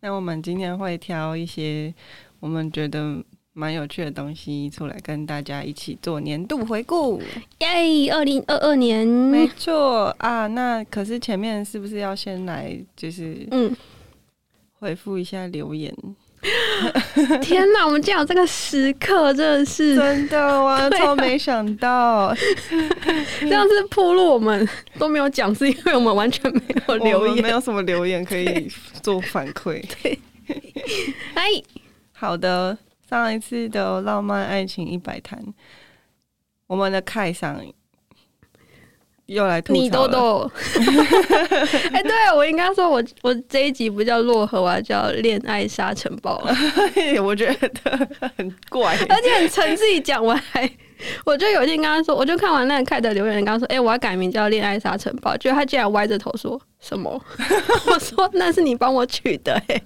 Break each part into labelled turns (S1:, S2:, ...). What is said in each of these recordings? S1: 那我们今天会挑一些我们觉得蛮有趣的东西出来跟大家一起做年度回顾。
S2: 嗯耶！二零二二年，
S1: 没错啊，那可是前面是不是要先来就是
S2: 嗯，
S1: 回复一下留言？
S2: 天哪，我们竟然有这个时刻，真的是
S1: 真的哇，
S2: 嗯 对啊
S1: 超没想 到，
S2: 这样是铺路，我们 都没有讲，是因为我们完全没有留
S1: 我们没
S2: 言。
S1: 有什么留言可以做反馈。
S2: 哎，
S1: 好的，上一次的浪漫爱情一百谈，我们的凯上又来吐槽了
S2: 你豆，豆， 哎，对我应该说我，我这一集不叫落河，我要叫恋爱沙尘暴， 啊
S1: 我觉得很 怪。
S2: 而且很诚自己讲，我还。我就有一天跟他说，我就看完那个凯的留言，跟他说：“哎、我要改名叫《恋爱沙尘暴》。”结果他竟然歪着头说什么？ 我说：“那是你帮我取的、哎，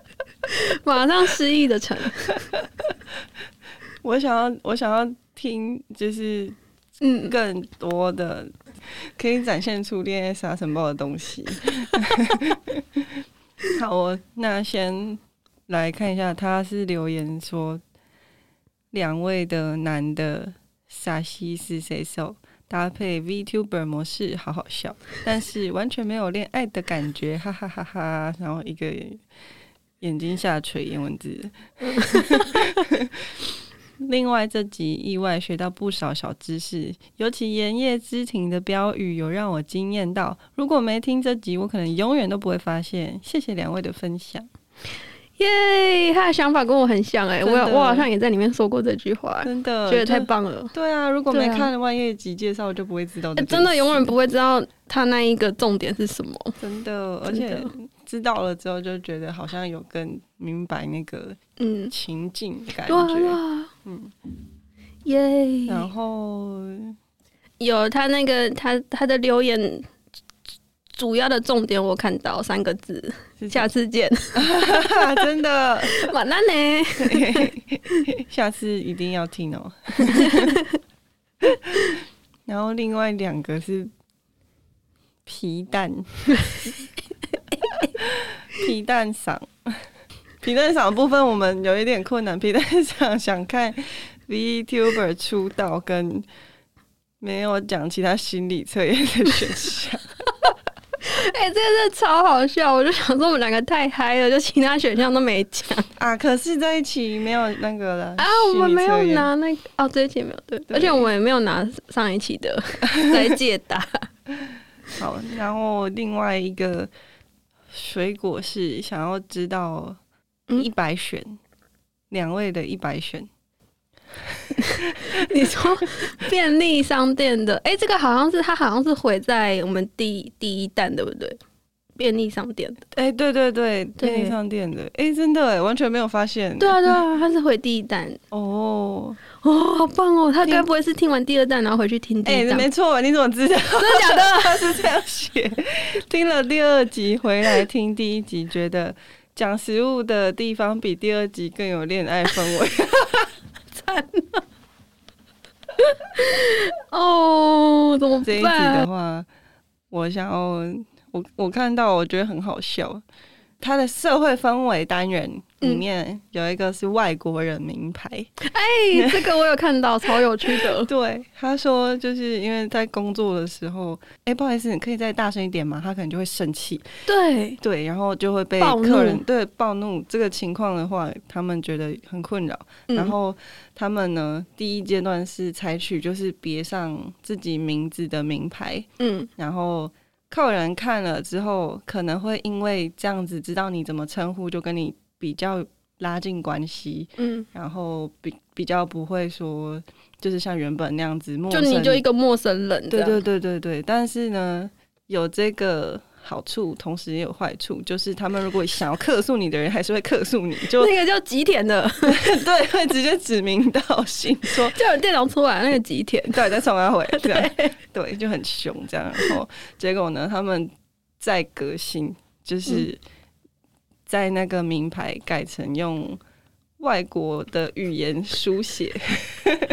S2: 马上失忆的成。
S1: 我想要，我想要听，就是
S2: 嗯，
S1: 更多的可以展现出恋爱沙尘啊暴的东西。 好，我那先来看一下，他是留言说，两位的男的傻西是谁手搭配 VTuber 模式，好好笑，但是完全没有恋爱的感觉，哈哈哈哈。然后一个眼睛下垂，颜文字。另外这集意外学到不少小知识，尤其“盐业之庭”的标语有让我惊艳到。如果没听这集，我可能永远都不会发现。谢谢两位的分 享，
S2: 耶！他的想法跟我很像哎、
S1: 真的嗯
S2: 我有我好像也在里面说过这句话、哎
S1: 真的
S2: 觉得太
S1: 就
S2: 棒了。
S1: 对啊！如果没
S2: 对啊
S1: 看万叶集介绍，就不会知道这
S2: 哎
S1: 件事、
S2: 真的永远不会知道他那一个重点是什么。
S1: 真的，而
S2: 真
S1: 且
S2: 的
S1: 知道了之后，就觉得好像有更明白那个
S2: 嗯，
S1: 情境感
S2: 对啊对
S1: 觉。
S2: 啊，
S1: 嗯，
S2: 耶！
S1: 然后
S2: 有他那个他他的留言主主要的重点，我看到三个 字，
S1: 是
S2: 下次见，
S1: 真 的，
S2: 晚安呢。
S1: 下次一定要听 哦。然后另外两个是皮蛋，皮蛋嗓，皮蛋嗓的部分我们有一点困难。皮蛋嗓想看 VTuber 出道，跟没有讲其他心理测验的选项。
S2: 哎、这个真的超好笑，我就想说我们两个太嗨了，就其他选项都没讲
S1: 啊，可是在一起没有那个了
S2: 啊，我们没有
S1: 心理测验
S2: 拿那个哦，这一期没有对，
S1: 对
S2: 而且我们也没有拿上一期 的来解答。
S1: 好，然后另外一个水果是想要知道
S2: 嗯
S1: 一百选，两、位的一百选，
S2: 你说便利商店的，哎、这个好像是它好像是回在我们第第一弹，对不对？便利商店的，
S1: 哎、对对对，
S2: 对
S1: 便利商店的，哎、真的哎，完全没有发现，
S2: 对啊对啊，它是回第一弹，
S1: 哦，
S2: 哦，好棒哦！他该不会是听完第二弹然后回去听第
S1: 哎、
S2: 一弹？
S1: 没错，你怎么知道？
S2: 真的假的？
S1: 他 是这样写。听了第二集回来听第一集，觉得讲食物的地方比第二集更有恋爱氛围。
S2: 哦，怎 么
S1: 这一集的
S2: 办？
S1: 话，我想要我我看到我觉得很好笑，它的社会氛围单元里
S2: 嗯
S1: 面有一个是外国人名牌，
S2: 哎，这个我有看到，超有趣 的。
S1: 对他说就是因为在工作的时候，哎、不好意思，你可以再大声一点嘛，他可能就会生气，
S2: 对，
S1: 对，然后就会被
S2: 暴怒
S1: 客人对暴怒这个情况的话，他们觉得很困扰，
S2: 嗯
S1: 然后他们呢第一阶段是采取就是别上自己名字的名牌，
S2: 嗯，
S1: 然后客人看了之后，可能会因为这样子知道你怎么称呼，就跟你比较拉近关系，
S2: 嗯，
S1: 然后比比较不会说就是像原本那样子陌
S2: 就
S1: 生。
S2: 你就一个陌生人，
S1: 对对，对对对，但是呢，有这个。好处，同时也有坏处，就是他们如果想要客诉你的人，还是会客诉你， 就
S2: 那个叫吉田的，
S1: 对，会直接指名道姓说
S2: 就有电脑出来那个吉田，
S1: 对，再送他 回，这样对，就很凶这样。然后结果呢，他们在革新，就是
S2: 嗯
S1: 在那个名牌改成用外国的语言书写，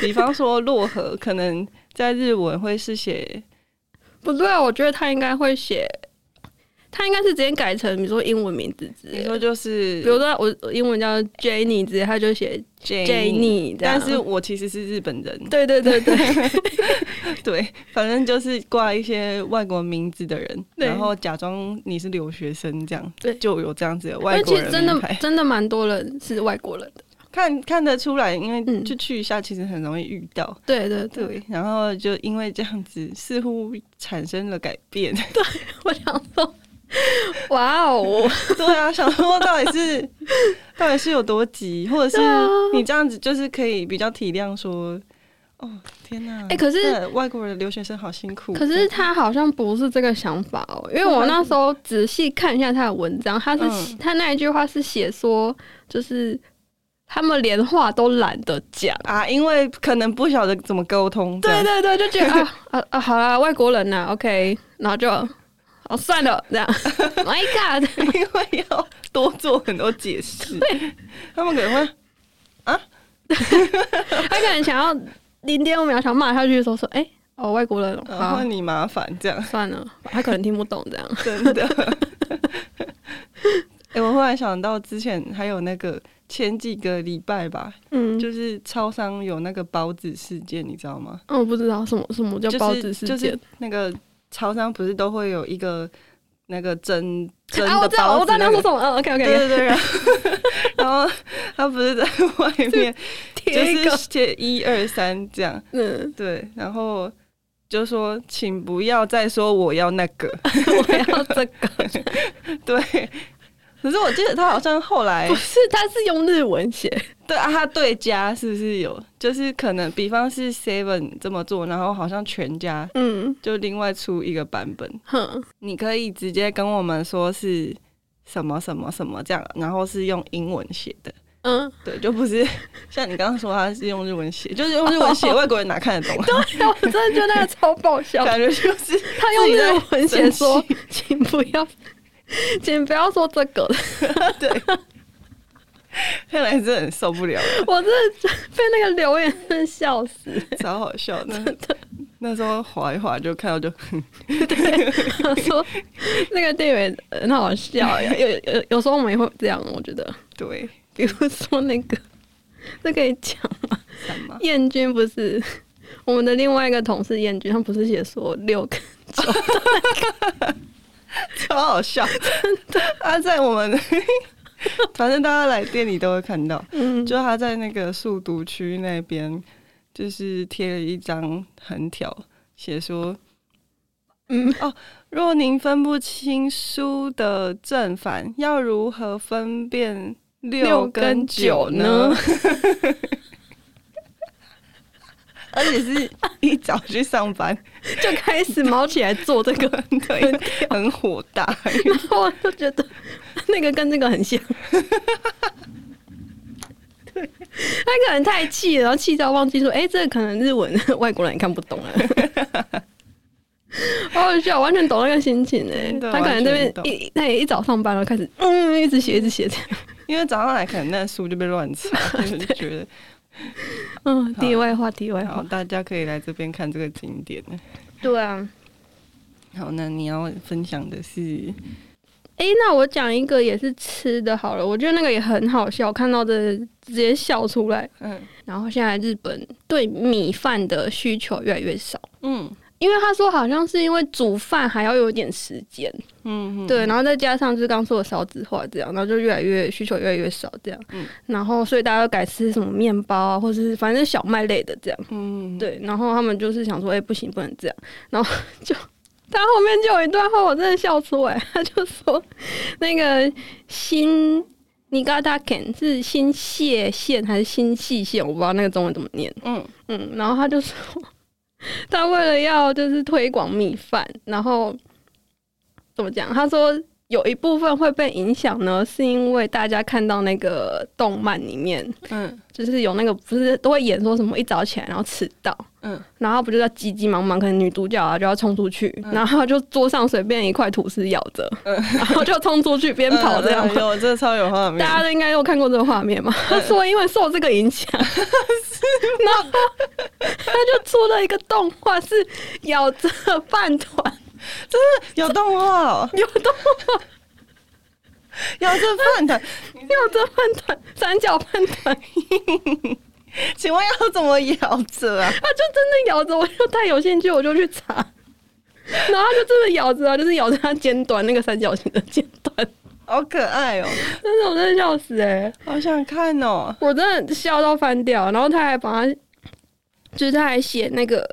S1: 比方说洛河，可能在日文会是写
S2: 不对啊，我觉得他应该会写。他应该是直接改成比如说英文名字之类
S1: 你
S2: 的，
S1: 说就是，
S2: 比如说我我英文叫 Jenny 之类，他就写
S1: Jenny，
S2: Jenny，这样
S1: 但是我其实是日本人，
S2: 对对对对，
S1: 对，反正就是挂一些外国名字的人，
S2: 对
S1: 然后假装你是留学生这样
S2: 对，
S1: 就有这样子的
S2: 而
S1: 外国
S2: 且
S1: 人
S2: 真的
S1: 名牌
S2: 真的蛮多人是外国人的，
S1: 看看得出来，因为
S2: 嗯
S1: 就去一下，其实很容易遇到。
S2: 对对对，
S1: 对，然后就因为这样子，似乎产生了改变。
S2: 我想说，哇 哦，
S1: 对啊，想说到底是 到底是有多急，或者是
S2: 对啊
S1: 你这样子就是可以比较体谅说，哦天哪、
S2: 哎可是
S1: 对外国人留学生好辛苦。
S2: 可是他好像不是这个想法哦，因为我那时候仔细看一下他的文章，他是、
S1: 嗯
S2: 他那一句话是写说，就是他们连话都懒得讲。
S1: 啊，因为可能不晓得怎么沟通，这
S2: 对
S1: 样
S2: 对对，就觉 得啊啊啊，好啦，外国人呐、o k 然后就哦算了，这样 ，My God，
S1: 因为要多做很多解释，他们可能会
S2: 他可能想要零点五秒想骂下去的时候说，哎、哦外国人哦，
S1: 然
S2: 好
S1: 后呃你麻烦这样，
S2: 算了，他可能听不懂这样，
S1: 真的。 哎、我忽然想到之前还有那个前几个礼拜吧，
S2: 嗯，就
S1: 就是超商有那个包子事件，你知道吗？
S2: 嗯我不知道什么什么叫
S1: 就是
S2: 包子事件。
S1: 就是那个超商不是都会有一个那个蒸蒸
S2: 啊，我
S1: 的
S2: 知道，
S1: 包
S2: 我
S1: 子、
S2: 知道你
S1: 那
S2: 要
S1: 个
S2: 说什么，嗯，OK
S1: 对
S2: OK，
S1: 对对，然后然后他不是在外面就
S2: 一
S1: 是
S2: 个，
S1: 写一二三这样，
S2: 嗯，
S1: 对，然后就说请不要再说我要那个，
S2: 我要这个，
S1: 对。可是我记得他好像后来
S2: 不是，他是用日文写，
S1: 对啊，他对家是不是有？就是可能，比方是 Seven 这么做，然后好像全家
S2: 嗯
S1: 就另外出一个版本。
S2: 哼，
S1: 你可以直接跟我们说是什么什么什么这样，然后是用英文写的，
S2: 嗯，
S1: 对，就不是像你刚刚说他是用日文写，就是用日文写，外 国人哪看得懂啊？
S2: 对，我真的觉得那个超爆笑，
S1: 感觉就是
S2: 他用日文写说
S1: 自己，
S2: 请不要，请不要说这个，
S1: 看来真的很受不了了，
S2: 我真的被那个留言真的笑死，
S1: 超好笑 的。那时候划一划就看到就，
S2: 他说那个店员呃很好笑，有有有有时候我们也会这样，我觉得，
S1: 对，
S2: 比如说那个，这可以讲吗？
S1: 什么？
S2: 燕君不是 我们的另外一个同事燕君，他不是写说六个，
S1: 超好笑， 他在我们，反正大家来店里都会看到，
S2: 嗯，
S1: 就他在那个速读区那边，就是贴了一张横条，写说哦
S2: 嗯
S1: 若您分不清书的正反，要如何分辨六跟九呢？ 而且是一早去上班，
S2: 就开始毛起来做这个，
S1: 对，很火大。
S2: 然后我就觉得那个跟这个 很像。他可能太气了，然后气到忘记说：“哎、这个可能日文 外国人也看不懂啊。” 好好笑，完全懂那个心情哎、
S1: 真的
S2: 他可能这
S1: 完全
S2: 边
S1: 懂
S2: 一他也一早上班了，开始嗯一直写一直写这样，
S1: 因为早上来可能那书就被乱 查，就是觉得
S2: 嗯，
S1: 好
S2: 题外话题外
S1: 好，
S2: 话，
S1: 大家可以来这边看这个景点。
S2: 对啊，
S1: 好，那你要分享的是，
S2: 诶，那我讲一个也是吃的好了，我觉得那个也很好笑，我看到的直接笑出来。
S1: 嗯
S2: 然后现在日本对米饭的需求越来越少，
S1: 嗯
S2: 因为他说好像是因为煮饭还要有点时间，
S1: 嗯，嗯
S2: 对，，然后再加上就是刚说的少子化这样，然后就越来越需求越来越少这样，
S1: 嗯
S2: 然后所以大家都改吃什么面包啊，或者是反正小麦类的这样。
S1: 嗯，
S2: 对，然后他们就是想说，哎、不行，不能这样，然后 就他后面就有一段话，我真的笑出来，他就说那个新尼嘎达肯是新泻县还是新细县，我不知道那个中文怎么念，
S1: 嗯
S2: 嗯，然后他就说，他为了要就是推广米饭，然后怎么讲？他说有一部分会被影响呢，是因为大家看到那个动漫里面，
S1: 嗯
S2: 就是有那个不是都会演说什么一早起来然后迟到，
S1: 嗯
S2: 然后不就要急急忙忙，可能女主角啊就要冲出去，
S1: 嗯
S2: 然后就桌上随便一块吐司咬着，
S1: 嗯
S2: 然后就冲出去边跑这样。
S1: 嗯嗯有这超有画面，
S2: 大家都应该有看过这个画面嘛？
S1: 嗯
S2: 他说因为受这个影响， 然后他就出了一个动画，是咬着饭团，
S1: 有动画、哦，
S2: 有动画，
S1: 有这饭 团，
S2: 有这饭团，三角饭团，
S1: 请问要怎么咬着啊？
S2: 他就真的咬着，我就太有兴趣，我就去查，然后他就真的咬着啊，就是咬着它尖端那个三角形的尖端，
S1: 好可爱哦，
S2: 真的我真的笑死哎、
S1: 好想看哦。
S2: 我真的笑到翻掉，然后他还把他，就是他还写那个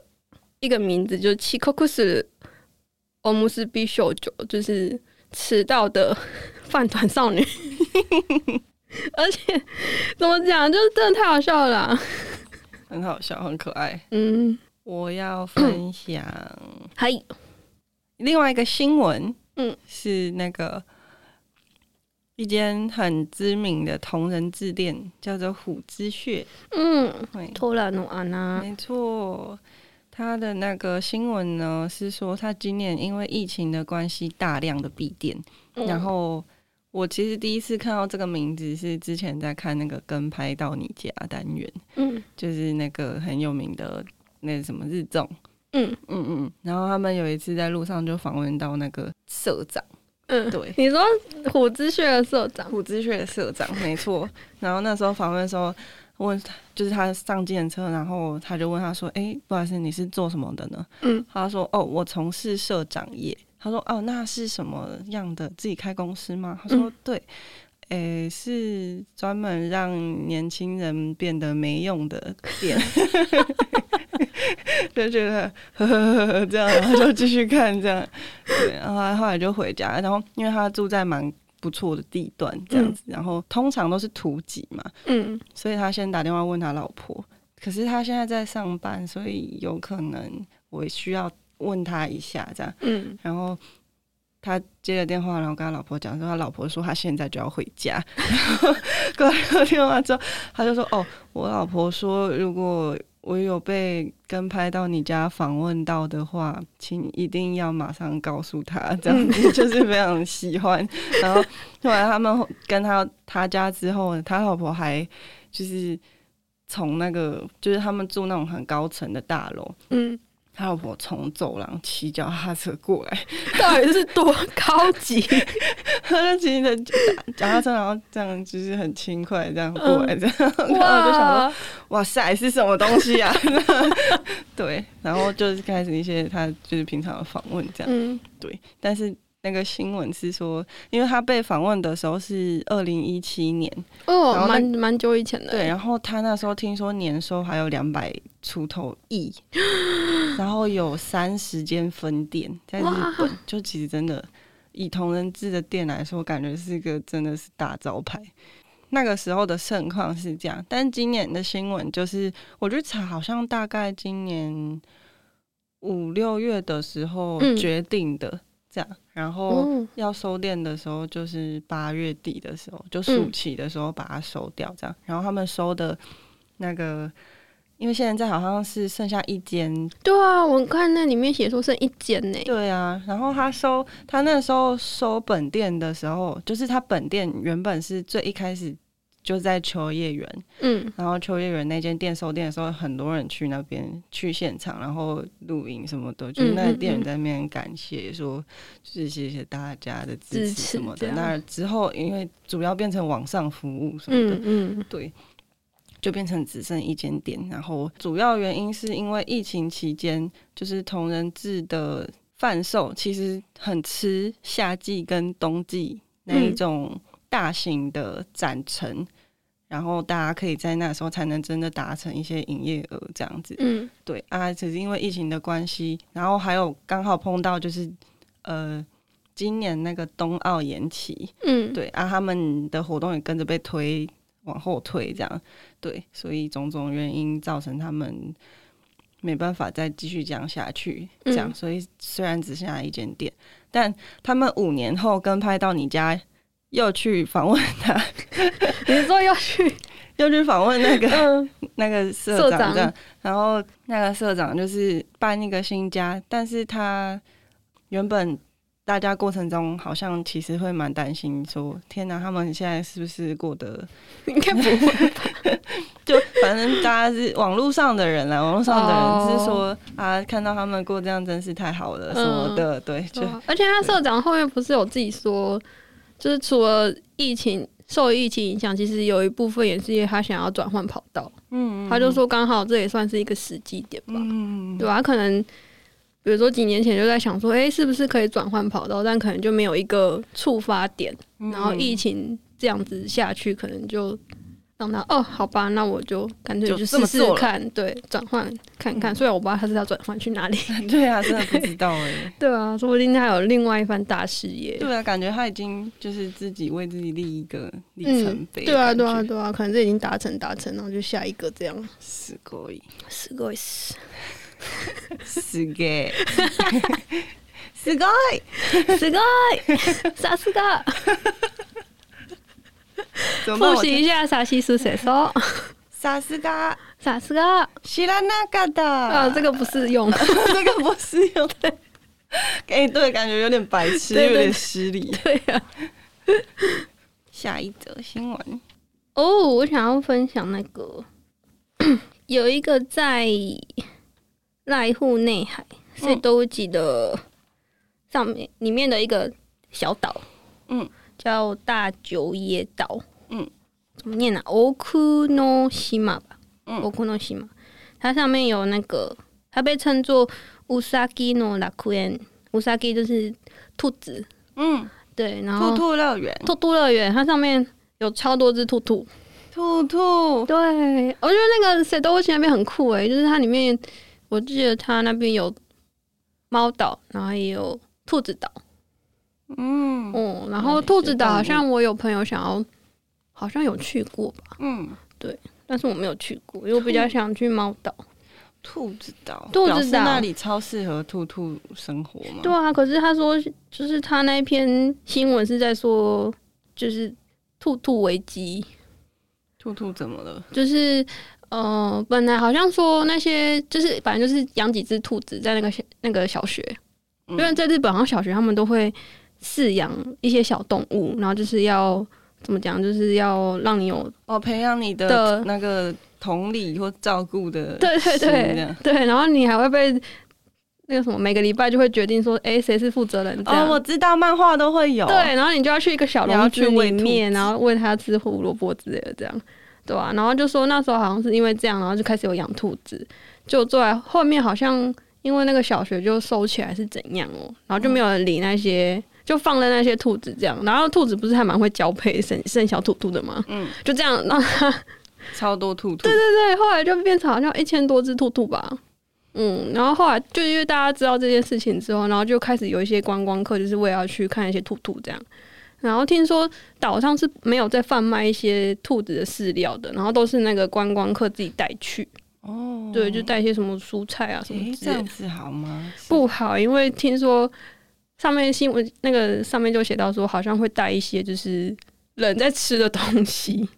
S2: 一个名字，就是七口库斯欧姆斯必秀酒，就是迟到的饭团少女。 而且怎么讲，就是真的太好笑了啦。
S1: 很好笑，很可爱。
S2: 嗯，
S1: 我要分享
S2: 嗨，
S1: 另外一个新闻，
S2: 嗯，
S1: 是那个一间很知名的同人字店，叫做虎之穴。
S2: 嗯，
S1: 对，
S2: 偷懒努安啊，
S1: 没错。他的那个新闻呢，是说他今年因为疫情的关系，大量的闭店。
S2: 嗯
S1: 然后我其实第一次看到这个名字，是之前在看那个《跟拍到你家》单元，
S2: 嗯
S1: 就是那个很有名的那什么日综。
S2: 嗯
S1: 嗯嗯，嗯，然后他们有一次在路上就访问到那个社长，
S2: 嗯，
S1: 对
S2: 你说虎之穴的社长，
S1: 虎之穴的社长，没错。 然后那时候访问的时候，问他就是他上计程车，然后他就问他说：“哎、不好意思，你是做什么的呢
S2: 嗯？”
S1: 他说：“哦，我从事社长业。”他说：“哦，那是什么样的？自己开公司吗？”他说：“
S2: 嗯
S1: 对，诶、是专门让年轻人变得没用的 店。” 就觉得呵呵呵呵这样，然后就继续看这样。对，然后他后来就回家，然后因为他住在蛮不错的地段这样子，然后通常都是图集嘛，
S2: 嗯
S1: 所以他先打电话问他老婆，可是他现在在上班，所以有可能我需要问他一下这样，
S2: 嗯，
S1: 然后。他接了电话，然后跟他老婆讲说，他老婆说他现在就要回家。 然后挂了电话之后，他就说：“哦，我老婆说，如果我有被跟拍到你家访问到的话，请一定要马上告诉他，这样子就是非常喜欢。然后后来他们跟他他家之后，他老婆还就是从那个就是他们住那种很高层的大楼，
S2: 嗯，
S1: 他老婆从走廊骑脚踏车过来，
S2: 到底是多高级？
S1: 他就骑着脚脚踏车，然后这样就是很轻快这样过来，这样， 然后我就想说。
S2: 嗯哇！
S1: 哇塞，是什么东 西啊？对，然后就是开始一些他就是平常的访问这样，
S2: 嗯
S1: 对。但是那个新闻是说，因为他被访问的时候是二零一七年，然
S2: 哦，
S1: 后那
S2: 蛮蛮久以前的。欸
S1: 对，，然后他那时候听说年收还有两百出头亿，然后有三十间分店在日本，就其实真的以同人志的店来说，感觉是一个真的是大招牌。那个时候的盛况是这样，但今年的新闻就是，我去查，好像大概今年五六月的时候
S2: 嗯
S1: 决定的、这样，然后。
S2: 哦，
S1: 要收店的时候，就是八月底的时候，就暑期的时候把它收掉，这样。然后他们收的那个，因为现在好像是剩下一间，
S2: 对啊，我看那里面写说剩一间呢。
S1: 对啊。然后他收他那时候收本店的时候，就是他本店原本是最一开始就在秋叶原，
S2: 嗯
S1: 然后秋叶原那间店收店的时候，很多人去那边去现场，然后录影什么
S2: 嗯
S1: 的，就是那个店员在那边感谢说，就是谢谢大家的支持
S2: 支持
S1: 什么
S2: 这
S1: 的。
S2: 样
S1: 那之后因为主要变成网上服务什么的，
S2: 嗯嗯
S1: 对，就变成只剩一间店。然后主要原因是因为疫情期间，就是同人志的贩售其实很吃夏季跟冬季那一种大型的展陈。然后大家可以在那时候才能真的达成一些营业额这样子，
S2: 嗯
S1: 对啊，只是因为疫情的关系，然后还有刚好碰到就是呃今年那个冬奥延期，
S2: 嗯，
S1: 对啊，他们的活动也跟着被推往后推，这样对，所以种种原因造成他们没办法再继续这样下去，这样，
S2: 嗯
S1: 所以虽然只剩下一间店，但他们五年后跟拍到你家又去访问 他，
S2: 你说要去
S1: 又去访问那个
S2: 嗯
S1: 那个社
S2: 社
S1: 长
S2: 长
S1: 这样，然后那个社长就是搬一个新家，但是他原本大家过程中好像其实会蛮担心说，天哪，他们现在是不是过得
S2: 应该不会。
S1: 就反正大家是网络上的人啦，网络上的
S2: 哦嗯
S1: 人是说、啊，看到他们过这样真是太好了什么的， 对，就、
S2: 对啊而且他社长后面不是有自己说，就是除了疫情受疫情影响，其实有一部分也是因为他想要转换跑道。
S1: 嗯，
S2: 他就说刚好这也算是一个时机点吧，
S1: 嗯，
S2: 对啊吧、他可能比如说几年前就在想说，哎、是不是可以转换跑道，但可能就没有一个触发点，
S1: 嗯
S2: 然后疫情这样子下去，可能就。让他哦，好吧，那我就干脆
S1: 就这
S2: 就试
S1: 么
S2: 试
S1: 做了嗯
S2: 看，对，转换看看。虽然我不知道他是要转换去 哪里，
S1: 对啊，真的不知 道哎、
S2: 对啊，说不定他有另外一番大事业。
S1: 对啊，感觉他已经就是自己为自己立一个里程
S2: 嗯，
S1: 碑、
S2: 对啊，对啊，，对啊，可能这已经达成达成，然后就下一个这样。
S1: すごい、
S2: すごいっ す，
S1: す げえ、すごい、
S2: すご い，さすが。
S1: 怎么办
S2: 复
S1: 我
S2: 习一下啥西是谁说？
S1: さすが
S2: 啥是个？
S1: 知らなかった。
S2: 啊，这个不适 用。
S1: 这个不适用。对， 哎、对，感觉有点白痴，
S2: 对对
S1: 有点
S2: 对
S1: 失礼。
S2: 对啊呀、
S1: 下一则新闻，
S2: 哦，我想要分享那个，有一个在濑户内海是
S1: 嗯
S2: 都记的上面里面的一个小岛，
S1: 嗯，
S2: 叫大久野岛，
S1: 嗯，
S2: 怎么念呢、啊？奥库诺西马吧，
S1: 嗯
S2: 奥库诺西马，它上面有那个，它被称作乌萨基诺拉库恩，乌萨基就是兔子，
S1: 嗯，
S2: 对，然后
S1: 兔兔乐园，
S2: 兔兔乐园，它上面有超多只兔兔。
S1: 兔兔，
S2: 对，我觉得那个谁都会去那边很酷诶，就是它里面，我记得它那边有猫岛，然后也有兔子岛，
S1: 嗯
S2: 哦、然
S1: 嗯
S2: 后
S1: 是
S2: 兔子岛
S1: 动物
S2: 好像我有朋友想要，好像有去过吧，
S1: 嗯，
S2: 但是我没有去过，因为我比较想去猫岛。
S1: 嗯兔子岛，
S2: 兔子岛
S1: 表示那里超适合兔兔生活嘛。
S2: 对啊，可是他说，就是他那一篇新闻是在说，就是兔兔危机，
S1: 兔兔怎么了？
S2: 就是呃，本来好像说那些就是反正就是养几只兔子在那个小那个小学，
S1: 嗯
S2: 因为在日本好像小学他们都会饲养一些小动物，然后就是要怎么讲，就是要让你有
S1: 哦，培养你的
S2: 的
S1: 那个同理或照顾的
S2: 对对哦
S1: 心这
S2: 对
S1: 样
S2: 对，然后你还会被那个什么，每个礼拜就会决定说，哎、谁是负责人这样。
S1: 哦，我知道漫画都会有。
S2: 对，然后你就要去一个小
S1: 你要
S2: 笼
S1: 去
S2: 子
S1: 喂
S2: 里
S1: 兔
S2: 面，
S1: 子
S2: 然后喂它吃胡萝卜之类的，这样，对啊？然后就说那时候好像是因为这样，然后就开始有养兔子，就坐在后面好像因为那个小学就收起来是怎样哦、然后就没有人理那些，就放任那些兔子这样。然后兔子不是还蛮会交配生生小兔兔的吗？
S1: 嗯，
S2: 就这样，然后
S1: 超多兔兔。对
S2: 对，后来就变成好像一千多只兔兔吧。嗯，然后后来就因为大家知道这件事情之后，然后就开始有一些观光客，就是为了要去看一些兔兔这样。然后听说岛上是没有在贩卖一些兔子的饲料的，然后都是那个观光客自己带去，
S1: 哦，
S2: 对，就带一些什么蔬菜啊什么
S1: 诶，这
S2: 之类的
S1: 样。子好吗？是
S2: 不好，因为听说上面新闻那个上面就写到说，好像会带一些就是人在吃的东西、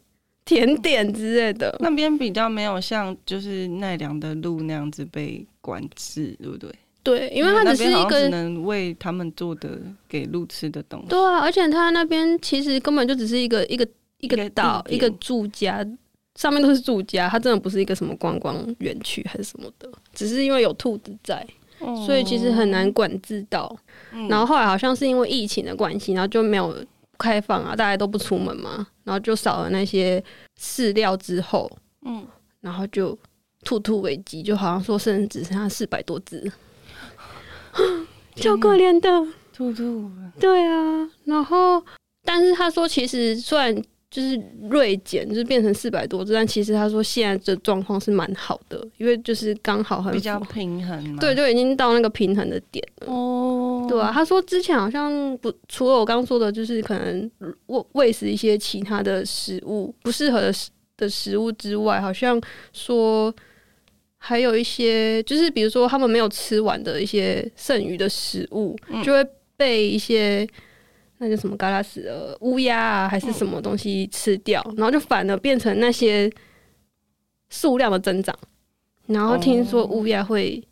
S2: 甜点之类的。
S1: 那边比较没有像就是奈良的鹿那样子被管制，对不对？
S2: 对，因为它
S1: 那
S2: 只是
S1: 边
S2: 一
S1: 好像
S2: 个
S1: 只能喂他们做的给鹿吃的东西。
S2: 对啊，而且它那边其实根本就只是一个一个一
S1: 一个
S2: 个岛，
S1: 地
S2: 一个
S1: 点
S2: 住家，上面都是住家，它真的不是一个什么观光园区还是什么的，只是因为有兔子在，
S1: 哦
S2: 所以其实很难管制到。
S1: 嗯
S2: 然后后来好像是因为疫情的关系，然后就没有开放啊，大家都不出门嘛，然后就少了那些饲料之后，
S1: 嗯，
S2: 然后就兔兔危机，就好像说甚至只剩下四百多只， 超可怜的。
S1: 兔兔
S2: 对啊，然后但是他说，其实虽然就是锐减，就是变成四百多只，但其实他说现在这状况是蛮好的，因为就是刚好很
S1: 比较
S2: 符合
S1: 平衡嘛。
S2: 对，就已经到那个平衡的点了。
S1: 哦，
S2: 对啊，他说之前好像不，除了我刚说的，就是可能喂喂食一些其他的食物不适合的食的食物之外，好像说还有一些，就是比如说他们没有吃完的一些剩余的食物，
S1: 嗯
S2: 就会被一些那叫什么嘎拉斯呃乌鸦啊还
S1: 嗯
S2: 是什么东西吃掉，然后就反而变成那些数量的增长。然后听说
S1: 哦
S2: 乌鸦会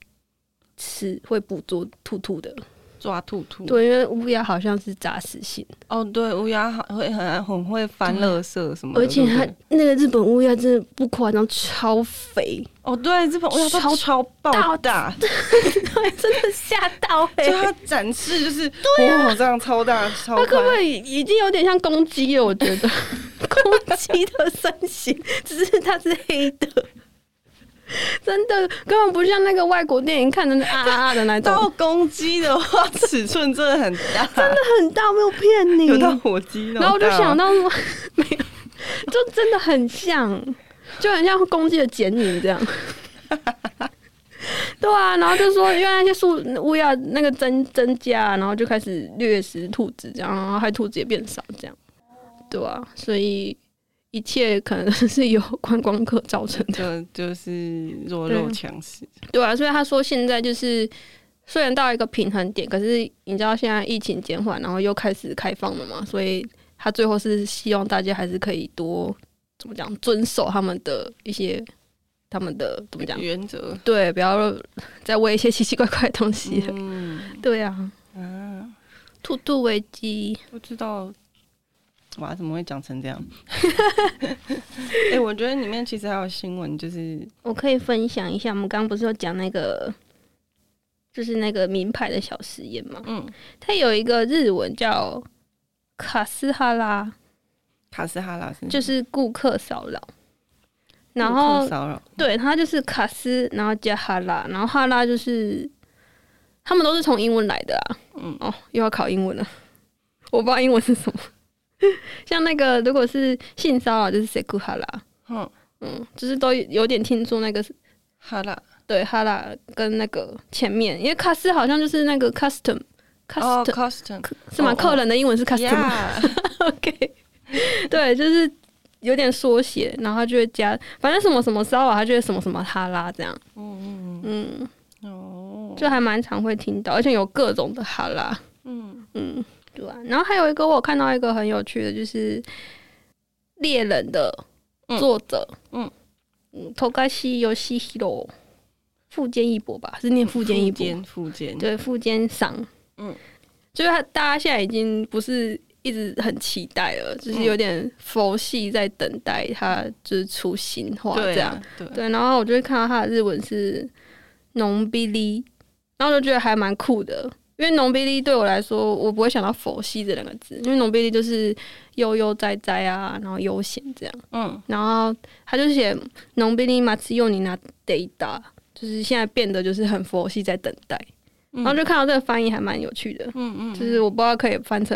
S2: 吃会捕捉兔兔的，
S1: 抓兔兔。
S2: 对，因为乌鸦好像是杂食性，
S1: 哦，对，乌鸦好会很很会翻垃圾什么的，
S2: 而且
S1: 对不
S2: 它
S1: 对
S2: 那个日本乌鸦真的不夸张，超肥，
S1: 哦，对，这本乌鸦它
S2: 超
S1: 超爆
S2: 大
S1: 大，
S2: 对， 真的吓到哎、
S1: 就它展示就是哇，这样超大超
S2: 啊它根
S1: 宽，
S2: 本已经有点像公鸡了，我觉 得公鸡的身形，只是它是黑的，真的根本不像那个外国电影看的那啊啊啊的那种，
S1: 到公鸡的话尺寸真的很大，真的
S2: 很大，没有骗你。
S1: 有到火鸡那么大
S2: 嗯然后我就想到说，没有，就真的很像，就很像公鸡的剪影这样。对啊，然后就说，因为那些树乌鸦那个增增加，然后就开始掠食兔子，这样，然后害兔子也变少，这样。对啊，所以一切可能是由观光客造成的。
S1: 就就是弱
S2: 对
S1: 肉强食，
S2: 对啊，所以他说现在就是虽然到一个平衡点，可是你知道现在疫情减缓，然后又开始开放了嘛，所以他最后是希望大家还是可以多怎么讲遵守他们的一些他们的怎么讲，
S1: 原则。
S2: 对，不要再喂一些奇奇怪怪的东西了。
S1: 嗯
S2: 对啊，
S1: 啊，
S2: 兔兔危机，
S1: 不知道，哇，怎么会讲成这 样？哎、我觉得里面其实还有新闻，就是
S2: 我可以分享一下，我们刚刚不是有讲那个。就是那个名牌的小实验嘛，
S1: 嗯，
S2: 它有一个日文叫卡斯哈拉，
S1: 卡斯哈拉是
S2: 就是顾客骚扰。
S1: 顾客
S2: 然后
S1: 骚扰，
S2: 对他就是卡斯，然后加哈拉，然后哈拉就是他们都是从英文来的啊。
S1: 嗯
S2: 哦，又要考英文了， 我不知道英文是什么。 像那个如果是性骚扰，就是 s e k u 哈拉，
S1: 嗯，
S2: 嗯，就是都有点听说那个
S1: 哈拉
S2: 对哈拉跟那个前面，因为卡斯好像就是那个 custom
S1: 哦
S2: custom、
S1: ，custom
S2: 是吗？
S1: 哦哦
S2: 客人的英文是 custom 吗
S1: yeah，
S2: OK，对，就是有点缩写，然后他就会加，反正什么什么骚扰，他就会什么什么哈拉这样，
S1: 嗯嗯
S2: 嗯，
S1: 嗯，哦，
S2: 就还蛮常会听到，而且有各种的哈拉，
S1: 嗯
S2: 嗯，对啊。然后还有一个我有看到一个很有趣的，就是猎人的作者，
S1: 嗯
S2: 嗯，头盖西游西希罗，富坚义博吧，是念富坚义博，
S1: 附件，
S2: 对，富坚赏，
S1: 嗯
S2: 嗯，就是他大家现在已经不是一直很期待了，
S1: 嗯
S2: 就是有点佛系在等待他就是出新话这
S1: 对
S2: 样。
S1: 啊，对
S2: 对，然后我就会看到他的日文是农比利，然后我就觉得还蛮酷的。因为农比利对我来说，我不会想到佛系这两个字，因为农比利就是悠悠哉哉啊，然后悠闲这样。
S1: 嗯
S2: 然后他就写农比利马兹用你拿 data，就是现在变得就是很佛系在等待。
S1: 嗯
S2: 然后就看到这个翻译还蛮有趣的，
S1: 嗯嗯，
S2: 就是我不知道可以翻成，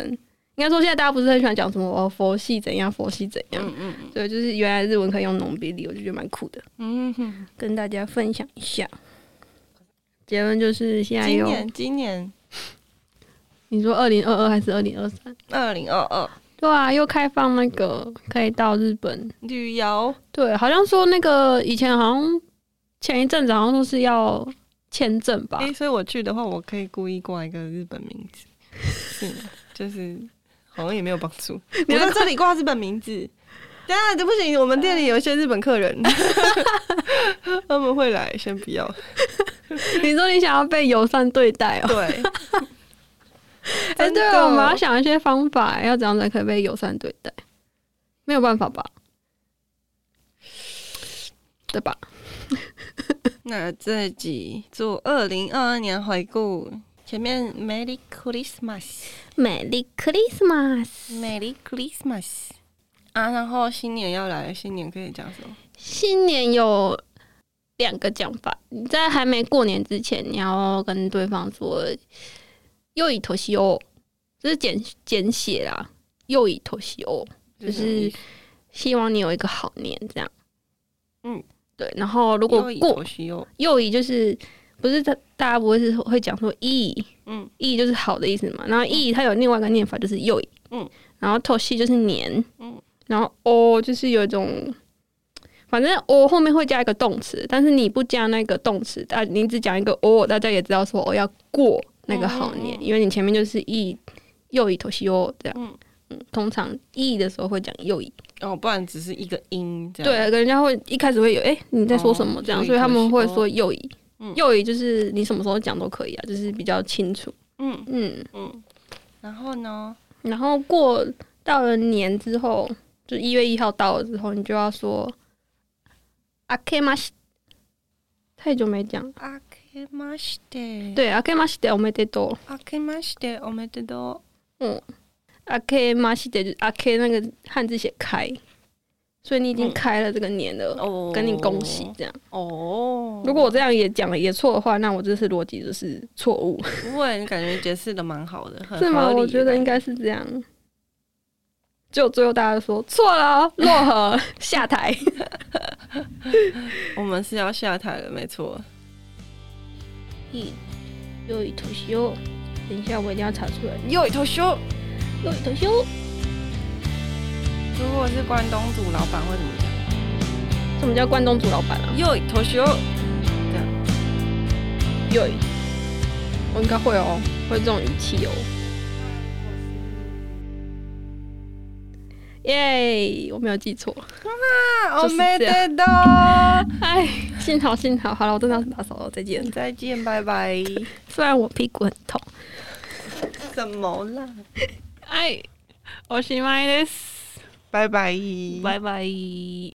S2: 应该说现在大家不是很喜欢讲什么哦佛系怎样，佛系怎样，
S1: 嗯嗯
S2: 对，就是原来日文可以用浓比例，我就觉得蛮酷的，
S1: 嗯嗯，
S2: 跟大家分享一下。结论就是现在
S1: 今
S2: 有，
S1: 年今年
S2: 你说二零二二还是二零二三？
S1: 二零二二
S2: 对啊，又开放那个可以到日本，
S1: 旅游，
S2: 对，好像说那个以前好像前一阵子好像都是要签证吧，
S1: 诶，所以我去的话，我可以故意挂一个日本名 字，是吗就是好像也没有帮 助。
S2: 你
S1: 我
S2: 要
S1: 在这里挂日本名字，等下对不行，我们店里有一些日本客人， 他们会来，先不要。
S2: 你说你想要被友善对待 哦、
S1: 对，
S2: 哎、
S1: 真
S2: 对
S1: 的
S2: 啊，我们要想一些方法，要怎样才可以被友善对待？没有办法吧？对吧？
S1: 那这集祝二零二二年回顾。前面 Merry Christmas，Merry
S2: 美丽 Christmas，
S1: Christmas 啊，然后新年要来了，新年可以讲什么？
S2: 新年有两个讲法，你在还没过年之前，你要跟对方说“又以头西欧”，这是简简写啦，“又以头西欧”，就
S1: 这种意
S2: 是
S1: 思
S2: 希望你有一个好年这样。
S1: 嗯，
S2: 对。然后如
S1: 又
S2: 果
S1: 以
S2: 过
S1: 头西欧
S2: 右移就是不是大大家不会是会讲说意
S1: 嗯
S2: 意就是好的意思嘛，然后意它有另外一个念法就是右移，
S1: 嗯，
S2: 然后透析就是年，
S1: 嗯，
S2: 然后哦就是有一种，反正哦后面会加一个动词，但是你不加那个动词，大你只讲一个哦，大家也知道说哦要过那个好年，
S1: 嗯嗯嗯
S2: 因为你前面就是意右移透析哦这样，
S1: 嗯
S2: 嗯，通常意的时候会讲右移，
S1: 哦，不然只是一个音这样。
S2: 对，啊跟人家会一开始会有哎、你在说什
S1: 哦
S2: 么这
S1: 所
S2: 样，
S1: 以
S2: 所以他
S1: 可
S2: 们
S1: 惜
S2: 会
S1: 哦
S2: 说右移
S1: 嗯，
S2: 右移就是你什么时候讲都可以啊，就是比较清楚。
S1: 嗯
S2: 嗯，
S1: 嗯，然后呢？
S2: 然后过到了年之后，就一月一号到了之后，你就要说阿 K 马西，太久没讲了。
S1: あけまして。
S2: 对，阿 K 马西的我没得多。
S1: あけましておめでと
S2: 阿 K 马西的阿 K 那个汉字写开，所以你已经
S1: 嗯
S2: 开了这个年
S1: う。
S2: 了，
S1: 哦
S2: 跟你恭喜这样。
S1: 哦。
S2: 如果我这样也讲了也错的话，那我这次逻辑就是错误，
S1: 不会，你感觉解释的蛮好的，很
S2: 是吗？
S1: 合理
S2: 我觉得应该是这样。就最后大家说错了哦，落河下 台。
S1: 我们是要下台了，没错。
S2: 又一头修，等一下我一定要查出来。
S1: 又一头修，
S2: 又一头修
S1: 如果是关东煮老板会怎么讲？
S2: 什么叫关东煮老板啊？
S1: 又一头修，
S2: 又一，我应该会哦，会这种语气哦。耶，我没有记错。
S1: 啊，
S2: 就
S1: お
S2: 是
S1: め
S2: 这样
S1: でとう。
S2: 哎，幸好幸好，好了，我真的要去打扫了，再见。
S1: 再见，拜 拜。
S2: 虽然我屁股很痛。
S1: 怎么啦？
S2: 哎，我是麦です。
S1: 拜拜，
S2: 拜拜。